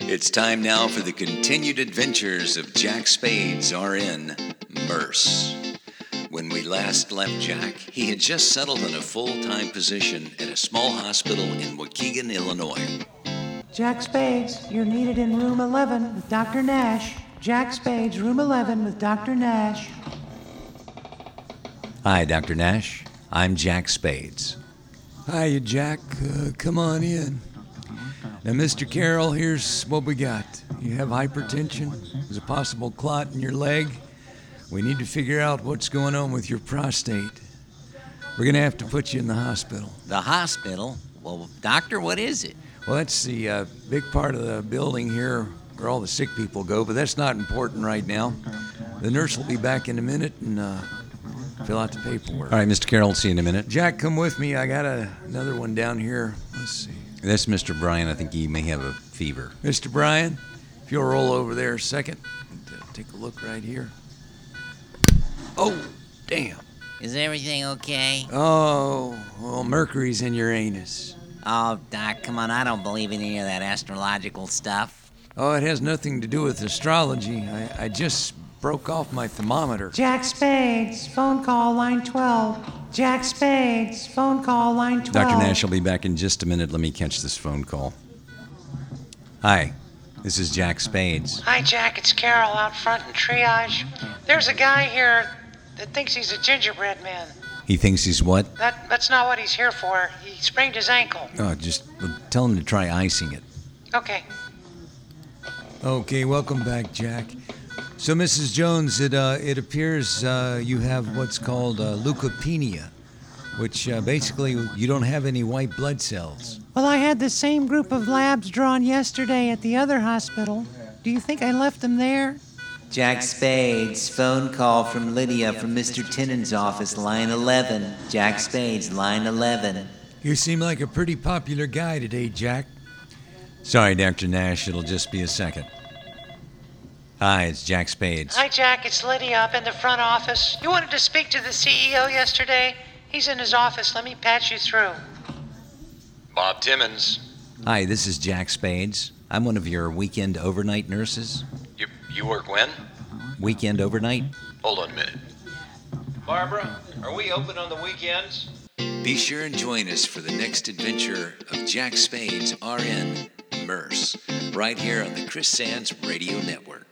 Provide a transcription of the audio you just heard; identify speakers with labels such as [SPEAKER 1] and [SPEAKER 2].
[SPEAKER 1] It's time now for the continued adventures of Jack Spade's RN, Merce. When we last left Jack, he had just settled in a full time position at a small hospital in Waukegan, Illinois.
[SPEAKER 2] Jack Spades, you're needed in room 11 with Dr. Nash. Jack Spades, room 11 with Dr. Nash.
[SPEAKER 1] Hi, Dr. Nash. I'm Jack Spades.
[SPEAKER 3] Hiya, Jack. Uh, come on in. Now, Mr. Carroll, here's what we got. You have hypertension. There's a possible clot in your leg. We need to figure out what's going on with your prostate. We're going to have to put you in the hospital.
[SPEAKER 4] The hospital? Well, doctor, what is it?
[SPEAKER 3] Well, that's the uh, big part of the building here where all the sick people go, but that's not important right now. The nurse will be back in a minute and uh, fill out the paperwork.
[SPEAKER 1] All right, Mr. Carroll, see you in a minute.
[SPEAKER 3] Jack, come with me. I got a, another one down here. Let's see.
[SPEAKER 1] That's Mr. Bryan. I think he may have a fever.
[SPEAKER 3] Mr. Bryan, if you'll roll over there a second, and, uh, take a look right here. Oh, damn.
[SPEAKER 4] Is everything okay?
[SPEAKER 3] Oh, well, Mercury's in your anus.
[SPEAKER 4] Oh, doc, come on, I don't believe in any of that astrological stuff.
[SPEAKER 3] Oh, it has nothing to do with astrology. I, I just broke off my thermometer.
[SPEAKER 2] Jack Spades, phone call line 12. Jack Spades, phone call line 12.
[SPEAKER 1] Dr. Nash will be back in just a minute. Let me catch this phone call. Hi, this is Jack Spades.
[SPEAKER 2] Hi, Jack. It's Carol out front in triage. There's a guy here that thinks he's a gingerbread man.
[SPEAKER 1] He thinks he's what?
[SPEAKER 2] That that's not what he's here for. He sprained his ankle.
[SPEAKER 1] Oh, just tell him to try icing it.
[SPEAKER 2] Okay.
[SPEAKER 3] Okay, welcome back, Jack. So, Mrs. Jones, it, uh, it appears uh, you have what's called uh, leukopenia, which uh, basically you don't have any white blood cells.
[SPEAKER 2] Well, I had the same group of labs drawn yesterday at the other hospital. Do you think I left them there?
[SPEAKER 4] Jack Spades, phone call from Lydia from Mr. Tinnen's office, line 11. Jack Spades, line 11.
[SPEAKER 3] You seem like a pretty popular guy today, Jack.
[SPEAKER 1] Sorry, Dr. Nash, it'll just be a second. Hi, it's Jack Spades.
[SPEAKER 2] Hi, Jack. It's Lydia up in the front office. You wanted to speak to the CEO yesterday? He's in his office. Let me patch you through.
[SPEAKER 5] Bob Timmons,
[SPEAKER 1] Hi, this is Jack Spades. I'm one of your weekend overnight nurses.
[SPEAKER 5] you, you work when?
[SPEAKER 1] Weekend overnight?
[SPEAKER 5] Hold on a minute. Barbara, are we open on the weekends?
[SPEAKER 1] Be sure and join us for the next adventure of Jack Spade's RN, MERS, right here on the Chris Sands Radio Network.